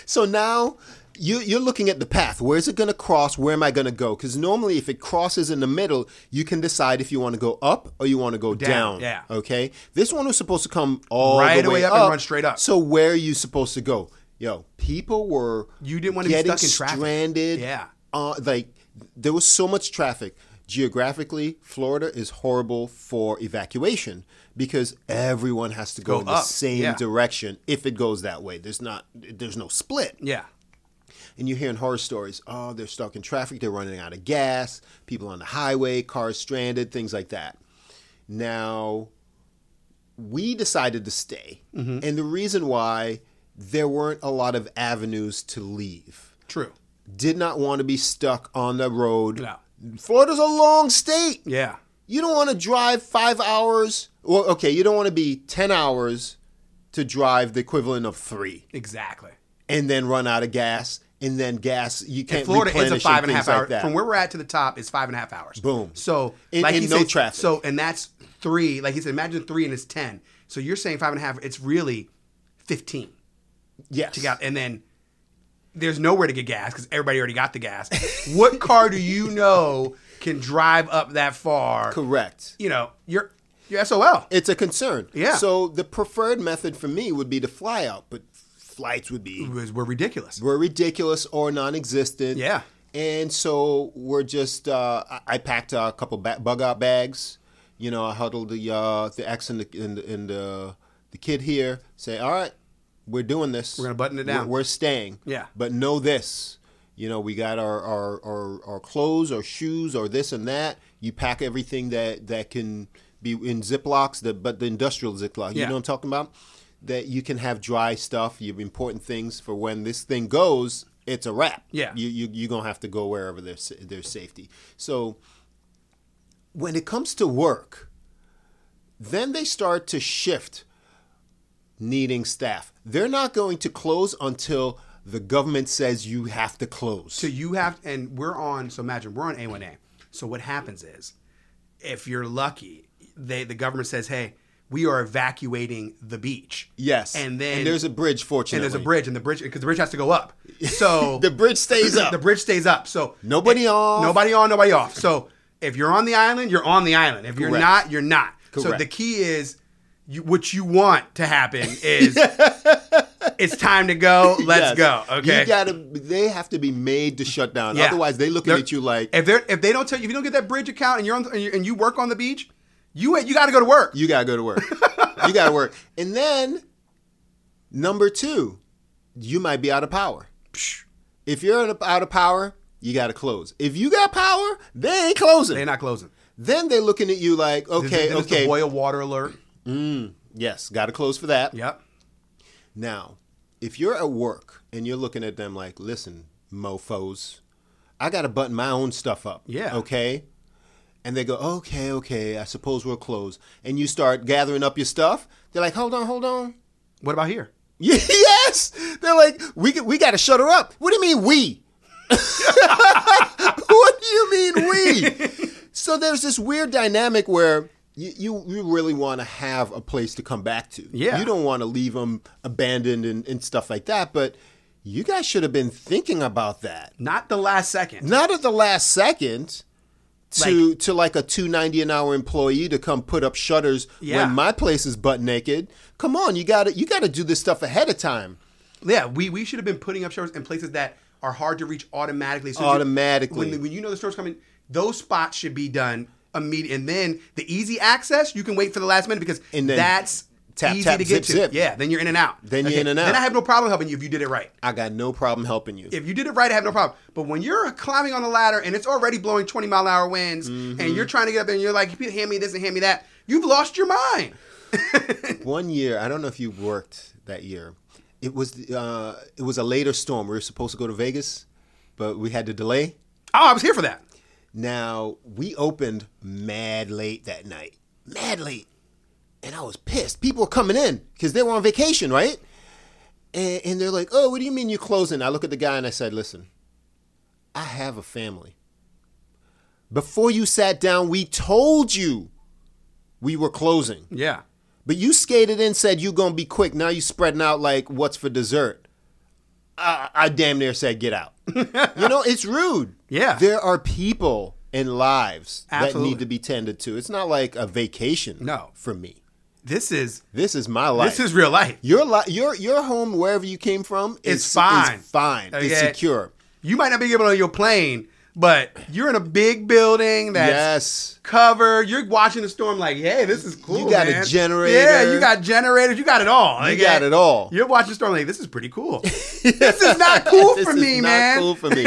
D: So now you, you're looking at the path. Where is it going to cross? Where am I going to go? Because normally, if it crosses in the middle, you can decide if you want to go up or you want to go
C: Down,
D: down.
C: yeah.
D: Okay. This one was supposed to come all
C: Right
D: the way
C: away up and run straight up.
D: So where are you supposed to go? Yo, people were
C: You didn't wanna be
D: getting
C: stuck in traffic.
D: Stranded.
C: Yeah.
D: Uh, like there was so much traffic. Geographically, Florida is horrible for evacuation because everyone has to go,
C: Go
D: in the
C: up,
D: same
C: yeah.
D: direction if it goes that way. There's not there's no split
C: Yeah.
D: and you're hearing horror stories. Oh, they're stuck in traffic, they're running out of gas, people on the highway, cars stranded, things like that. Now, we decided to stay. And the reason why there weren't a lot of avenues to leave.
C: True.
D: Did not want to be stuck on the road.
C: No.
D: Florida's a long state.
C: Yeah.
D: You don't want to drive five hours. Well, okay, you don't want to be 10 hours to drive the equivalent of three
C: Exactly.
D: and then run out of gas, and then gas you can't.
C: Florida is a
D: replenish
C: five and a half
D: things like
C: hour.
D: that.
C: From where we're at to the top is five and a half hours.
D: Boom.
C: So
D: In-
C: like
D: in
C: he
D: no
C: says-
D: traffic.
C: So and that's three. Like he said, imagine three and it's ten. So you're saying five and a half. It's really fifteen.
D: yes,
C: Yeah, and then there's nowhere to get gas because everybody already got the
D: <laughs>
C: gas. what car do you know can drive up that far?
D: correct.
C: You know, you're you're SOL.
D: It's a concern.
C: Yeah.
D: So the preferred method for me would be to fly out, but flights would be
C: was, we're ridiculous.
D: were ridiculous or non-existent.
C: Yeah.
D: And so we're just uh, I, I packed uh, a couple ba- bug out bags. You know, I huddled the uh, the ex and the and, the- and the the kid here. Say, all right, we're doing this. We're
C: gonna button it down."
D: We're, staying.
C: Yeah.
D: But know this. You know, we got our, our, our, our clothes or shoes or this and that. You pack everything that, that can be in Ziplocs, the, but the industrial Ziploc. You
C: Yeah.
D: know what I'm talking about? That you can have dry stuff, your important things for when this thing goes, it's a wrap.
C: Yeah.
D: You, you, you're going to have to go wherever there's, there's safety. So when it comes to work, then they start to shift needing staff. They're not going to close until the government says you have to close.
C: So you have, and we're on. So imagine we're on A1A. So what happens is, if you're lucky, they the government says, "Hey, we are evacuating the beach."
D: yes.
C: and then
D: there's a bridge,
C: and
D: fortunately.
C: there's a bridge, and the bridge because the bridge has to go
D: <laughs>
C: up. So
D: The bridge stays up.
C: the bridge stays up. So
D: Nobody off.
C: Nobody on, nobody off. So if you're on the island, you're on the island. If you're
D: Correct.
C: not, you're not. So
D: Correct.
C: the key is you, what you want to happen
D: <laughs>
C: is it's time to go. Let's
D: Yes.
C: go. Okay.
D: You gotta. They have to be made to shut down.
C: Yeah.
D: Otherwise, they looking
C: They're-
D: at you like
C: if they are if they don't tell you if you don't get that bridge account and you're on and you, and you work on the beach, you you got to go to work.
D: you gotta go to work. you gotta work. And then number two, you might be out of power. If you're out of- out of power, you gotta close. If you got power, they ain't closing.
C: They're not closing.
D: then they're looking at you like,
C: This-
D: okay,
C: this is the
D: okay,
C: boil water alert.
D: yes, got to close for that.
C: Yep.
D: Now, if you're at work and you're looking at them like, listen, mofos, I got to button my own stuff up.
C: Yeah.
D: Okay. And they go, okay, okay, I suppose we'll close. And you start gathering up your stuff. They're like, hold on, hold on.
C: What about here?
D: <laughs> Yes. They're like, we, we got to shut her up. What do you mean we? <laughs> what do you mean we? so there's this weird dynamic where you, you, you really want to have a place to come back to.
C: Yeah.
D: You don't want to leave them abandoned and, and stuff like that. But you guys should have been thinking about that.
C: Not the last second.
D: Not at the last second. To to like a two ninety an hour employee to come put up shutters
C: Yeah.
D: when my place is butt naked. Come on, you got to you got to do this stuff ahead of time.
C: Yeah, we, we should have been putting up shutters in places that are hard to reach automatically. So
D: Automatically.
C: when, the- when you know the storm's coming, those spots should be done immediately. And then the easy access, you can wait for the last minute because
D: And then
C: that's
D: tap,
C: easy
D: tap,
C: to get
D: zip,
C: to.
D: zip.
C: Yeah, then you're in and out.
D: Then you're in and out.
C: Then I have no problem helping you if you did it right.
D: I got no problem helping you.
C: If you did it right, I have no problem. But when you're climbing on a ladder and it's already blowing 20 mile an hour winds
D: Mm-hmm.
C: and you're trying to get up there and you're like, hand me this and hand me that, you've lost your mind.
D: One year, I don't know if you worked that year. It was uh, it was a later storm. We were supposed to go to Vegas, but we had to delay.
C: Oh, I was here for that.
D: Now we opened mad late that night, mad late, and I was pissed. People were coming in because they were on vacation, right? And, and they're like, "Oh, what do you mean you're closing?" I look at the guy and I said, "Listen, I have a family. Before you sat down, we told you we were closing."
C: Yeah.
D: But you skated in, said you gonna be quick. Now you spreading out like what's for dessert. I, I damn near said
C: <laughs>
D: get out. you know, it's rude.
C: Yeah.
D: There are people and lives
C: Absolutely.
D: that need to be tended to. It's not like a vacation
C: No.
D: for me.
C: This is
D: This is my life.
C: this is real life.
D: your li- your your home wherever you came from
C: It's
D: is is
C: fine.
D: fine. It's
C: Okay.
D: secure.
C: You might not be able to on your plane, but you're in a big building that's
D: yes.
C: covered. You're watching the storm like, hey, this is cool.
D: You got a
C: man.
D: generator.
C: Yeah, you got generators. You got it all.
D: You
C: Like,
D: got
C: yeah,
D: it all.
C: You're watching the storm like, this is pretty
D: <laughs>
C: cool. this is not cool
D: this
C: for
D: is
C: me,
D: not
C: man.
D: cool for
C: <laughs>
D: me.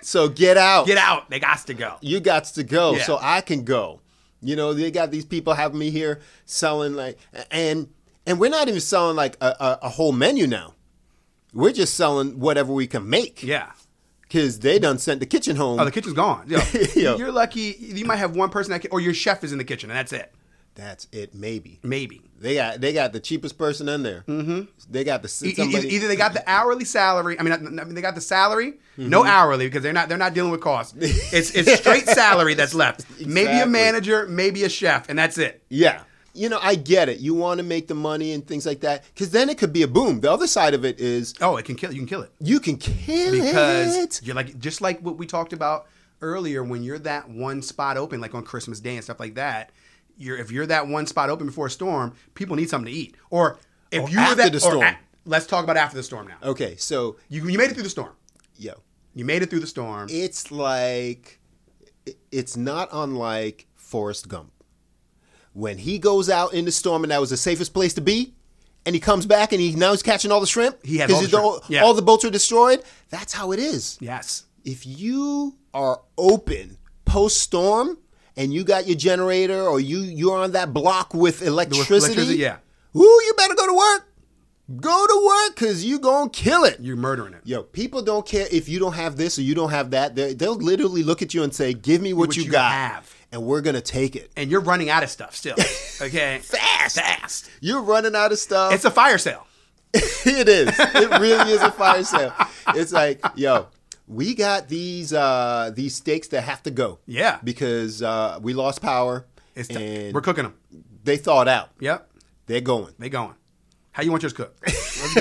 D: so get out.
C: Get out. They got to go.
D: You got to go
C: Yeah.
D: so I can go. You know, they got these people having me here selling like and and we're not even selling like a, a, a whole menu now. We're just selling whatever we can make.
C: Yeah.
D: Cause they done sent the kitchen home.
C: Oh, the kitchen's gone. Yo,
D: <laughs> Yo.
C: You're lucky. You might have one person that can, or your chef is in the kitchen, and that's it.
D: That's it, maybe.
C: Maybe.
D: They got they got the cheapest person in there. Mm-hmm. They got the
C: E- e-
D: somebody.
C: Either they got the hourly salary. I mean, not- I mean, they got the salary, no
D: Mm-hmm.
C: hourly because they're not they're not dealing with
D: <laughs>
C: costs. It's it's straight salary that's left. Maybe a
D: Exactly.
C: manager, maybe a chef, and that's it.
D: Yeah. You know, I get it. You want to make the money and things like that, because then it could be a boom. The other side of it is
C: Oh, it can kill. You can kill it
D: you can kill
C: because
D: it.
C: you're like just like what we talked about earlier. When you're that one spot open, like on Christmas Day and stuff like that, you're if you're that one spot open before a storm, people need something to eat. Or if
D: Or
C: you were
D: Oh, after
C: that,
D: the
C: or
D: storm. Oh.
C: a- let's talk about after the storm now.
D: Okay, so
C: You you made it through the storm.
D: yo,
C: You made it through the storm.
D: it's like i- it's not unlike Forrest Gump. When he goes out in the storm and that was the safest place to be, and he comes back and he now he's catching all the shrimp.
C: He has
D: 'cause
C: all the
D: he's all,
C: shrimp. Yeah.
D: all the boats are destroyed. That's how it is.
C: yes.
D: if you are open post storm and you got your generator or you you're on that block with electricity,
C: electricity, yeah.
D: Ooh, you better go to work. Go to work cuz you going to kill it.
C: You're murdering it.
D: Yo, people don't care if you don't have this or you don't have that. They they'll literally look at you and say, "Give me what,
C: What
D: you,
C: you
D: got."
C: have.
D: And we're going to take it.
C: and you're running out of stuff
D: <laughs>
C: still. Okay. fast. Fast.
D: You're running out of stuff.
C: It's a fire sale.
D: <laughs> it is. It really is
C: <laughs>
D: a fire sale. It's like, yo, we got these uh these steaks that have to go.
C: Yeah.
D: Because uh we lost power.
C: It's
D: and
C: we're cooking them.
D: They thawed out.
C: Yep. <laughs>
D: They're going. <laughs>
C: They going. How you want yours cooked?
D: you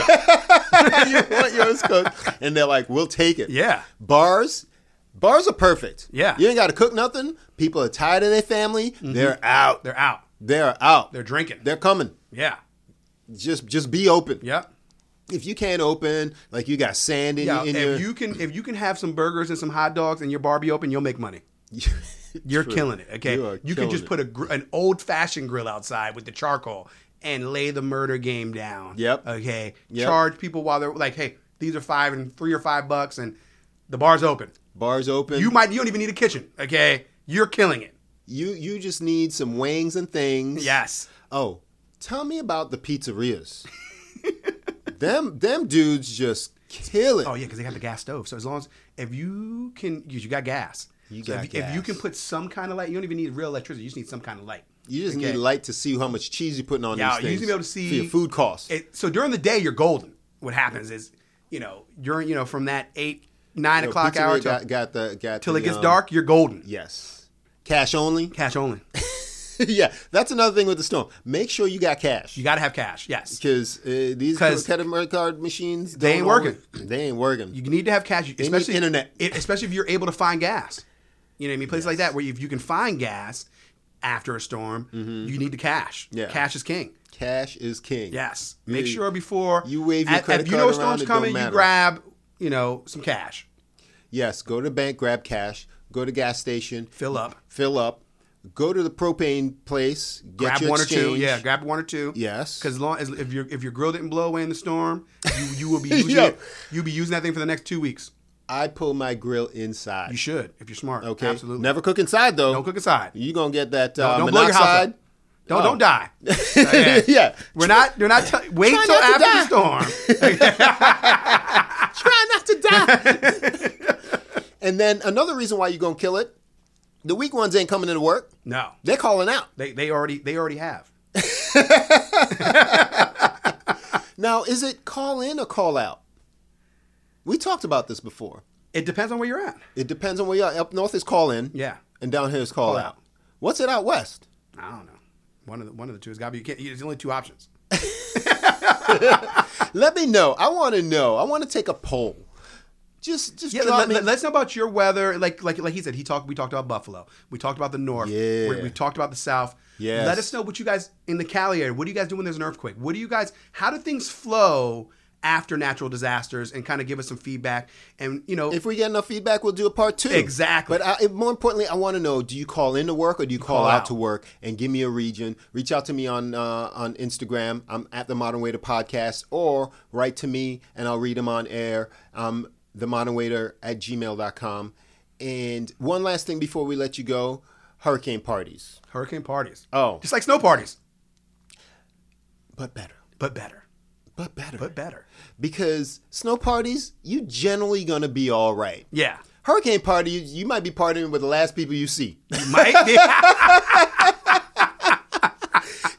D: want yours cooked. And they're like, we'll take it.
C: Yeah.
D: Bars. Bars are perfect.
C: Yeah. Mm-hmm.
D: You ain't got to cook nothing. People are tired of their family. They're out.
C: They're out.
D: They're out.
C: They're drinking.
D: They're coming.
C: yeah.
D: Just just be open.
C: Yep.
D: If you can't open, like you got sand in,
C: Yeah.
D: in
C: If
D: your
C: you can if you can have some burgers and some hot dogs and your Barbie open, you'll make money. You're killing it. Okay.
D: You are
C: can
D: killing
C: just
D: it.
C: put a gr- an old fashioned grill outside with the charcoal and lay the murder game down.
D: Yep.
C: Okay.
D: Yep.
C: Charge people while they're like, hey, these are five and three or five bucks and the bar's open.
D: <laughs> bars open.
C: You might you don't even need a kitchen. Okay. You're killing it.
D: You you just need some wings and things.
C: Yes.
D: Oh, tell me about the pizzerias. <laughs> them them dudes just kill it.
C: Oh yeah, because they got the gas stove. So as long as if you can, you, you got gas.
D: You
C: So
D: got
C: if, if you
D: gas.
C: can put some kind of light, you don't even need real electricity. You just need some kind of light.
D: You just
C: Okay.
D: need light to see how much cheese you're putting on
C: Yeah,
D: these
C: you
D: things.
C: need to be able to
D: for
C: see
D: your food costs.
C: It, so during the day, you're golden. What happens is, you know, you're you know from that eight nine
D: You know,
C: o'clock
D: pizzeria
C: hour till,
D: got, got the got
C: till
D: the,
C: it gets
D: um,
C: dark, you're golden.
D: Yes, cash only. <laughs>
C: Cash only.
D: yeah, that's another thing with the storm. Make sure you got cash
C: You got to have cash. Yes.
D: because uh, these
C: 'Cause
D: credit card machines
C: they ain't
D: don't
C: working.
D: always- <clears throat> They ain't working.
C: You need to have cash,
D: need
C: especially
D: internet.
C: it- especially if you're able to find gas. You know what I mean? Places like that where if you can find gas after a storm, you need the cash.
D: Mm-hmm. Yeah.
C: Cash is king.
D: cash is king.
C: Yes. Make
D: You-
C: sure before
D: you wave your
C: at-
D: credit
C: if you
D: card
C: know a
D: around,
C: storm's
D: it don't
C: coming, you
D: matter.
C: grab you know some cash,
D: Yes, go to the bank, grab cash. Go to gas station,
C: fill up,
D: fill up, go to the propane place, get
C: grab
D: your
C: one or two.
D: exchange.
C: Yeah, grab one or two.
D: Yes.
C: Because long as if your if your grill didn't blow away in the storm, you, you
D: <laughs>
C: will be using
D: Yo.
C: it, you'll be using that thing for the next two weeks.
D: I pull my grill inside.
C: You should if you're smart.
D: okay,
C: Absolutely.
D: Never cook inside though.
C: Don't cook inside.
D: You gonna get that uh,
C: don't blow your house <laughs>
D: monoxide.
C: up. Don't
D: Oh.
C: don't
D: <laughs>
C: die. Okay.
D: yeah,
C: We're not. They're not. T- wait
D: Try
C: till
D: not
C: after
D: to
C: the
D: <laughs>
C: storm.
D: try not to die.
C: <laughs>
D: and then another reason why you gonna kill it, the weak ones ain't coming into work.
C: no,
D: They're calling out.
C: they they already they already have.
D: Now, is it call in or call out? We talked about this before.
C: It depends on where you're at.
D: It depends on where you are. Up north is call in.
C: Yeah.
D: And down here is call,
C: Call
D: out.
C: out.
D: What's it out west?
C: I don't know. One of the one of the two has got to be. You can't. It's only two options.
D: Let me know. I want to know. I want to take a poll. Just, just
C: Yeah,
D: drop
C: let,
D: me.
C: us know about your weather. Like, like, like he said, he talked. We talked about Buffalo. We talked about the North.
D: Yeah.
C: We, we talked about the South.
D: Yes.
C: Let us know what you guys in the Cali area. What do you guys do when there's an earthquake? What do you guys? How do things flow after natural disasters? And kind of give us some feedback. And you know,
D: if we get enough feedback, we'll do a part two.
C: Exactly.
D: But I, more importantly, I want to know: Do you call in to work or do you call,
C: call
D: out,
C: out.
D: to work? And give me a region. Reach out to me on uh, on Instagram. I'm at the Modern Waiter Podcast, or write to me and I'll read them on air. Um, the Modern Waiter at gmail.com. And one last thing before we let you go: hurricane parties,
C: hurricane parties.
D: Oh.
C: just like snow parties,
D: but better,
C: but better,
D: but better,
C: but better.
D: Because snow parties, you generally gonna be all right.
C: Yeah.
D: Hurricane parties, you might be partying with the last people you see.
C: Mike.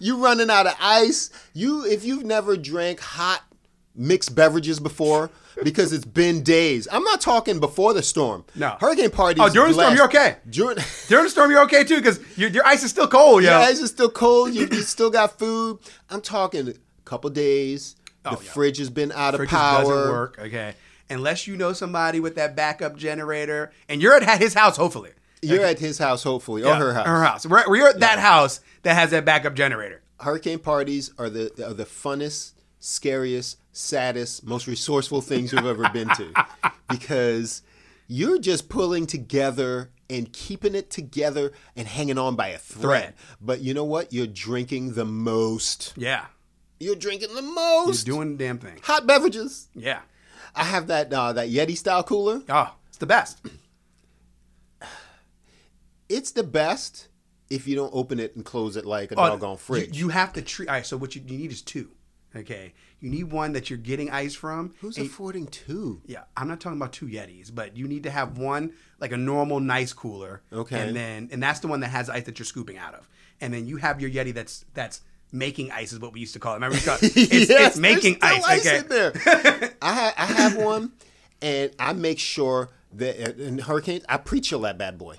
D: you running out of ice. You if you've never drank hot mixed beverages before because it's been days. I'm not talking before the storm.
C: No.
D: hurricane parties.
C: Oh, during the storm,
D: last-
C: you're okay. <laughs>
D: During <laughs>
C: During the storm, you're okay too because your, your ice is still cold.
D: your
C: yo.
D: ice is still cold. You, you still got food. I'm talking a couple days. The
C: Oh, yeah.
D: fridge has been out
C: Fridges
D: of power.
C: doesn't work. Okay. Unless you know somebody with that backup generator, and you're at his house, hopefully.
D: You're at his house, hopefully, or her house.
C: Her house. We're, we're at that house that has that backup generator.
D: hurricane parties are the are the funnest, scariest, saddest, most resourceful things you've ever
C: <laughs>
D: been to, because you're just pulling together and keeping it together and hanging on by a thread.
C: Thread.
D: But you know what? You're drinking the most.
C: Yeah.
D: You're drinking the
C: He's
D: most
C: doing the damn thing.
D: hot beverages.
C: Yeah.
D: I have that uh, that Yeti style cooler.
C: Oh, it's the best.
D: It's the best if you don't open it and close it like a
C: Oh,
D: doggone fridge.
C: You, you have to treat. All right. So what you, you need is two. Okay. You need one that you're getting ice from.
D: Who's
C: and-
D: affording two?
C: Yeah, I'm not talking about two Yetis, but you need to have one like a normal nice cooler.
D: Okay.
C: And then and that's the one that has ice that you're scooping out of. And then you have your Yeti that's that's making ice is what we used to call it. Remember we
D: <laughs>
C: called- it's,
D: Yes,
C: it's making
D: there's
C: ice. okay.
D: still
C: <laughs>
D: in there. I, ha- I have one, and I make sure that uh, in hurricanes, I pre-chill that bad boy.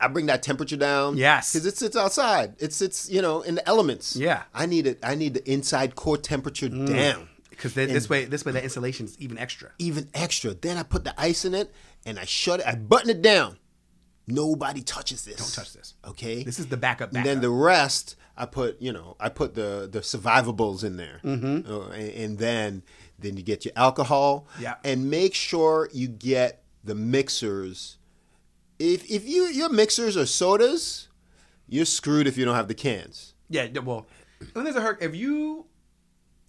D: I bring that temperature down.
C: Yes.
D: because it sits outside. It sits, you know, in the elements.
C: Yeah. Mm.
D: I need it. I need the inside core temperature down,
C: Because this way this way that insulation is even extra.
D: even extra. Then I put the ice in it, and I shut it. I button it down. Nobody touches this. Don't
C: touch this.
D: Okay.
C: This is the backup
D: And
C: backup.
D: then the rest, I put, you know, I put the the survivables in there, mm-hmm. and, and then then you get your alcohol,
C: Yeah.
D: and make sure you get the mixers. If if you your mixers are sodas, you're screwed if you don't have the cans.
C: Yeah, d- well, when there's a hurricane, if you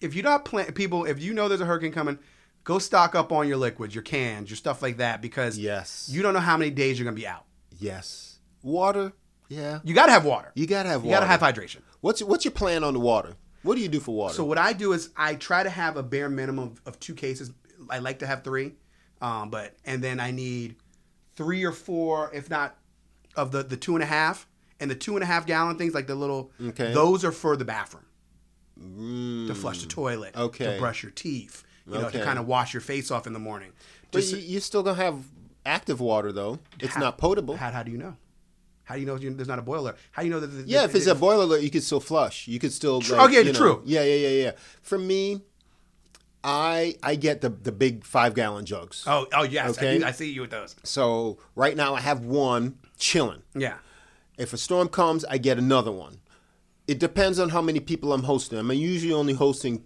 C: if you're not plan people, if you know there's a hurricane coming, go stock up on your liquids, your cans, your stuff like that, because
D: Yes.
C: you don't know how many days you're gonna be out.
D: Yes, water. Yeah,
C: You gotta have water.
D: you gotta have
C: you
D: water.
C: gotta have hydration.
D: What's what's your plan on the water? What do you do for water?
C: So what I do is I try to have a bare minimum of, of two cases. I like to have three, um, but and then I need three or four, if not, of the the two and a half and the two and a half gallon things, like the little.
D: Okay. Mm.
C: Those are for the bathroom. To flush the toilet.
D: Okay.
C: To brush your teeth. You know,
D: Okay.
C: to kind of wash your face off in the morning.
D: but
C: Just
D: you, you're still gonna have active water though. It's not potable.
C: how, how do you know? How do you know you- there's not a boiler? How do you know that? that-
D: Yeah,
C: that-
D: if it's a boiler alert, you could still flush. You could still.
C: True.
D: like,
C: Okay,
D: you know-
C: true.
D: Yeah, yeah, yeah, yeah. For me, I I get the the big five gallon jugs.
C: Oh, oh yes. I
D: Okay.
C: do- I, see you with those.
D: So right now I have one chilling.
C: Yeah.
D: If a storm comes, I get another one. It depends on how many people I'm hosting. I'm usually only hosting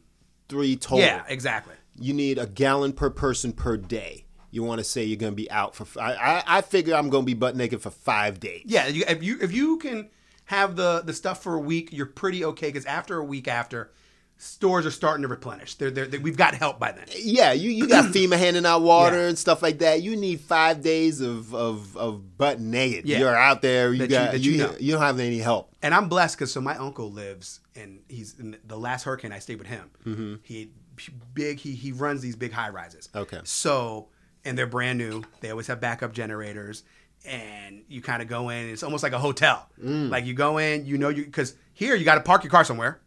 D: three total.
C: Yeah. Exactly.
D: You need a gallon per person per day. You want to say you're going to be out for. f- I I- I figure I'm going to be butt naked for five days.
C: Yeah, you, if you if you can have the the stuff for a week, you're pretty okay because after a week after, stores are starting to replenish. They're, they're, they we've got help by then.
D: Yeah, you,
C: <clears throat>
D: you got FEMA handing out water
C: Yeah.
D: and stuff like that. You need five days of of, of butt naked.
C: Yeah.
D: You're out there. You
C: That you-
D: got
C: that
D: you
C: you
D: you,
C: know.
D: don't have any help.
C: And I'm blessed because so my uncle lives and he's in the last hurricane I stayed with him. He big he he runs these big high rises.
D: Okay.
C: So and they're brand new. They always have backup generators. And you kind of go in. It's almost like a hotel. Like you go in, you know you because here you got to park your car somewhere.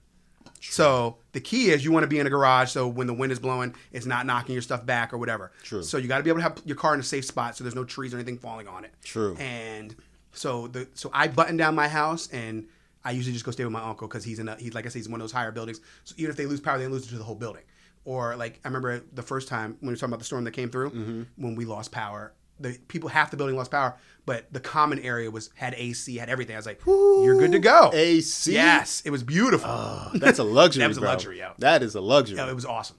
C: So the key is you want to be in a garage so when the wind is blowing, it's not knocking your stuff back or whatever. True. So you got to be able to have your car in a safe spot so there's no trees or anything falling on it.
D: True.
C: And so the so I button down my house and I usually just go stay with my uncle because he's in a, he's like I said, he's in one of those higher buildings. So even if they lose power, they lose it to the whole building. Or like I remember the first time when we were talking about the storm that came through, when we lost power, the people half the building lost power, but the common area was had AC, had everything. I was like, you're good to go.
D: AC?
C: yes, it was beautiful.
D: That's a
C: <laughs>
D: luxury.
C: That was a
D: bro.
C: luxury, yeah.
D: That is a luxury.
C: it was awesome.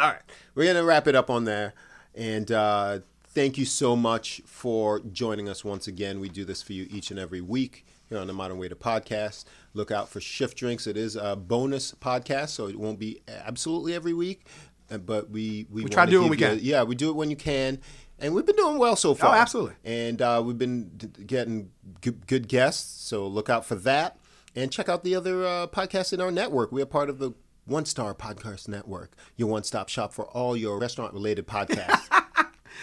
D: All right. We're going to wrap it up on there. And uh, thank you so much for joining us once again. We do this for you each and every week here on the Modern Waiter podcast. Look out for Shift Drinks. It is a bonus podcast, so it won't be absolutely every week. uh, But we we,
C: try
D: wanna
C: to do it when
D: give
C: we
D: you-
C: can.
D: Yeah, we do it when you can. And we've been doing well so far.
C: absolutely.
D: And uh, we've been d- getting good, good guests, so look out for that. And check out the other uh, podcasts in our network. We are part of the One Star Podcast Network, your one stop shop for all your restaurant related podcasts.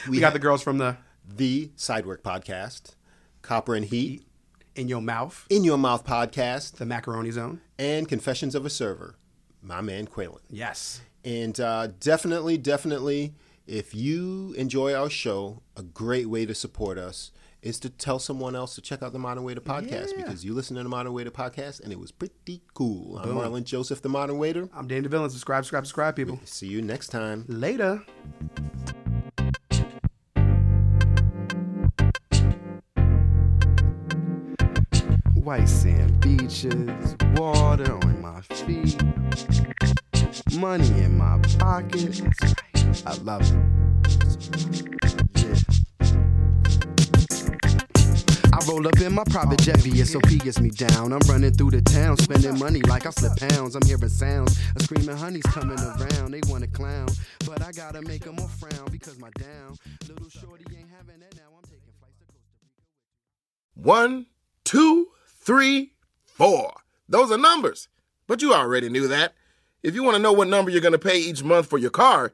C: We got the girls from the
D: the Sidework Podcast, Copper and Heat,
C: In Your Mouth,
D: In Your Mouth Podcast,
C: the Macaroni Zone.
D: and Confessions of a Server, my man Quaylen.
C: Yes.
D: And uh, definitely, definitely, if you enjoy our show, a great way to support us is to tell someone else to check out the Modern Waiter podcast because you listen to the Modern Waiter podcast and it was pretty cool. I'm Marlon Joseph, the Modern Waiter.
C: I'm Dan DeVille. Subscribe, subscribe, subscribe, people.
D: See you next time.
C: Later.
E: White sand beaches, water on my feet, money in my pocket. I love it. Yeah. I roll up in my private jet, BSOP gets me down. I'm running through the town, spending money like I flip pounds. I'm hearing sounds, a screaming honey's coming around. They wanna clown, but I gotta make 'em all frown because my down. Little shorty ain't having it now. I'm taking flights to Costa Rica.
F: One, two, three, four. Those are numbers. But you already knew that. If you want to know what number you're going to pay each month for your car,